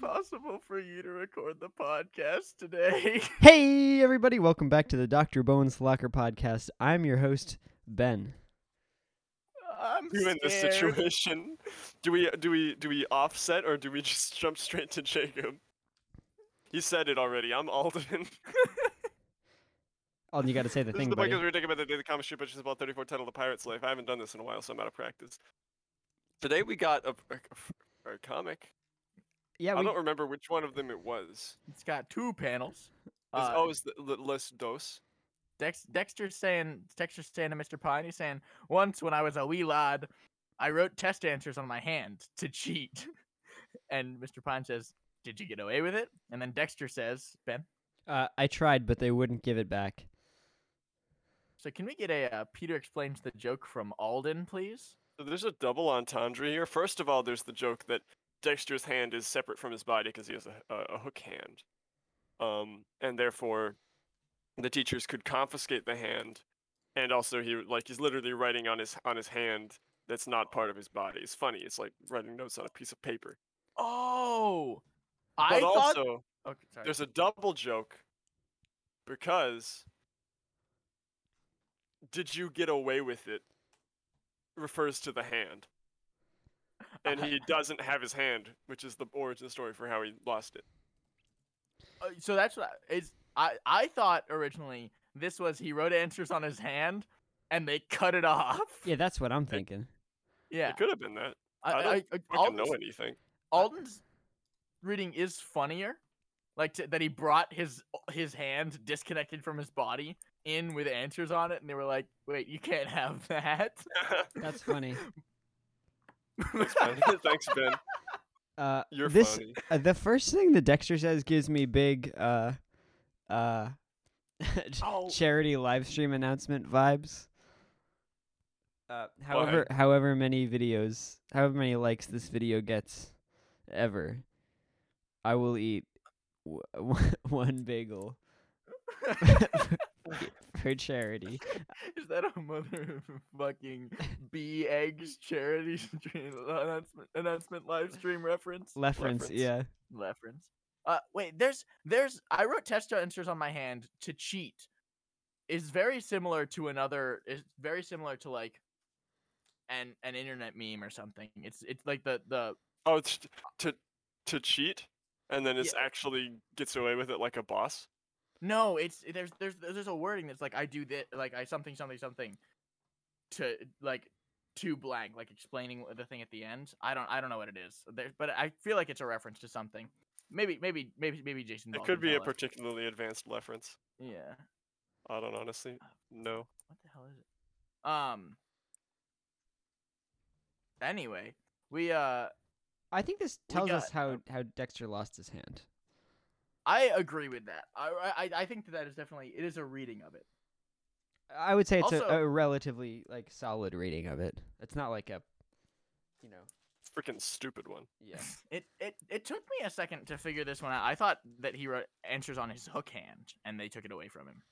possible for you to record the podcast today? Hey, everybody, welcome back to the Dr. Bowen Slacker podcast. I'm your host, Ben. I'm do in this scared. situation? Do we do we do we offset or do we just jump straight to Jacob? He said it already. I'm Alden. Oh, you got to say the this is thing, the buddy. podcast where we take about the day the comic strip, which is about 34 title of Pirate's Life. I haven't done this in a while, so I'm out of practice. Today we got a, a, a comic. Yeah, I we, don't remember which one of them it was. It's got two panels. It's Uh, always the L- Les Dos. Dex- Dexter's saying, Dexter's saying to Mr. Pine, he's saying, once when I was a wee lad, I wrote test answers on my hand to cheat. and Mr. Pine says, did you get away with it? And then Dexter says, Ben, uh, I tried, but they wouldn't give it back. so can we get a uh, Peter explains the joke from Alden, please? So there's a double entendre here. First of all, there's the joke that Dexter's hand is separate from his body because he has a, a, a hook hand, um, and therefore the teachers could confiscate the hand, and also he would- like he's literally writing on his on his hand that's not part of his body. It's funny. It's like writing notes on a piece of paper. Oh, I But thought. also okay, sorry. there's a double joke because did you get away with it refers to the hand and he doesn't have his hand which is the origin story for how he lost it Uh, so that's what I, is I I thought originally this was he wrote answers on his hand and they cut it off. Yeah, that's what Eh. I'm thinking. yeah. it could have been that I, I I, don't I, fucking know Alden's, anything Alden's reading is funnier, like to, that he brought his his hand disconnected from his body in with answers on it, and they were like, "Wait, you can't have that." That's funny. thanks ben thanks ben Uh, you're this funny uh, the first thing that Dexter says gives me big uh, uh, Oh. charity live stream announcement vibes. Uh, however, however many videos, however many likes this video gets, ever, I will eat w- one bagel for charity. is that a motherfucking bee eggs charity stream announcement, announcement live stream reference? Reference, Reference. yeah. reference. Uh, wait, there's there's I wrote test answers on my hand to cheat. Is very similar to another. Is very similar to like, an an internet meme or something. It's it's like the the oh it's t- to to cheat and then it's actually gets away with it like a boss no. It's there's there's there's a wording that's like I do this like I something something something, to like to blank like explaining the thing at the end. I don't I don't know what it is. There, but I feel like it's a reference to something. Maybe maybe maybe maybe Jason. it Ball could can be a tell us. particularly advanced reference yeah. i don't honestly know What the hell is it? Um. Anyway, we uh, I think this We tells got- us how, how Dexter lost his hand. I agree with that. I I I- I think that that is definitely it is a reading of it. I would say it's Also- a, a relatively like solid reading of it. It's not like a, you know, freaking stupid one yeah. It it it took me a second to figure this one out. I thought that he wrote answers on his hook hand, and they took it away from him.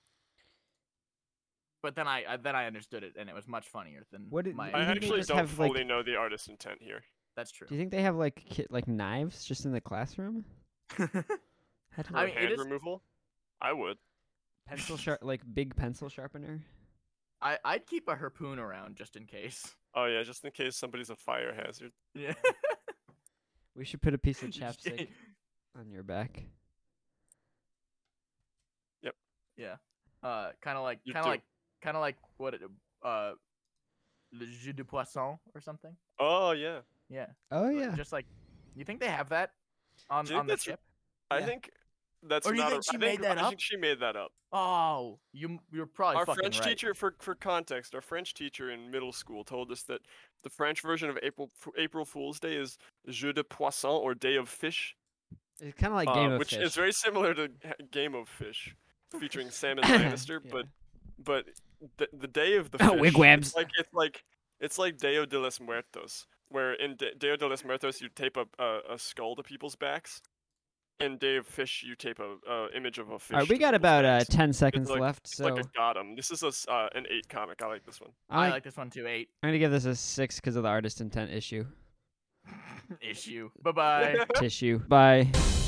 But then I, I then I understood it, and it was much funnier than What did- my. You I think they actually just don't have, like- fully know the artist intent here. That's true. Do you think they have like ki- like knives just in the classroom? How do I Or mean, it hand is- removal. I would. pencil sharp like big pencil sharpener? I I'd keep a harpoon around just in case. Oh yeah, just in case somebody's a fire hazard. Yeah. We should put a piece of chapstick on your back. uh kind of like You kind of do. like kind of like what it, uh le jus de poisson or something Oh yeah. yeah Oh like- yeah. just like you think they have that on Do you on the think that's- ship I Yeah. think that's Or do you not. think a, she I made think, that I up? think she made that up. oh you you're probably our fucking French right. teacher, for for context, our French teacher in middle school told us that the French version of April F- April Fool's Day is Jeu de Poisson or Day of Fish, It's kind of like Game uh, of which Fish. is very similar to H- Game of Fish, featuring Sam and Lannister, Yeah. but but the, the Day of the Fish. it's Oh, Wigwams. like it's like it's like Deo de los Muertos, where in De- Deo de los Muertos you tape a, a a skull to people's backs, and Day of Fish you tape a, a image of a fish. All right, to we got people's about uh, backs. ten seconds like- left, It's so like a uh, Gotham. This is a s- uh, an eight comic. I like this one. I, I like this one too eight I'm gonna give this a six because of the artist intent issue issue bye bye tissue. Bye.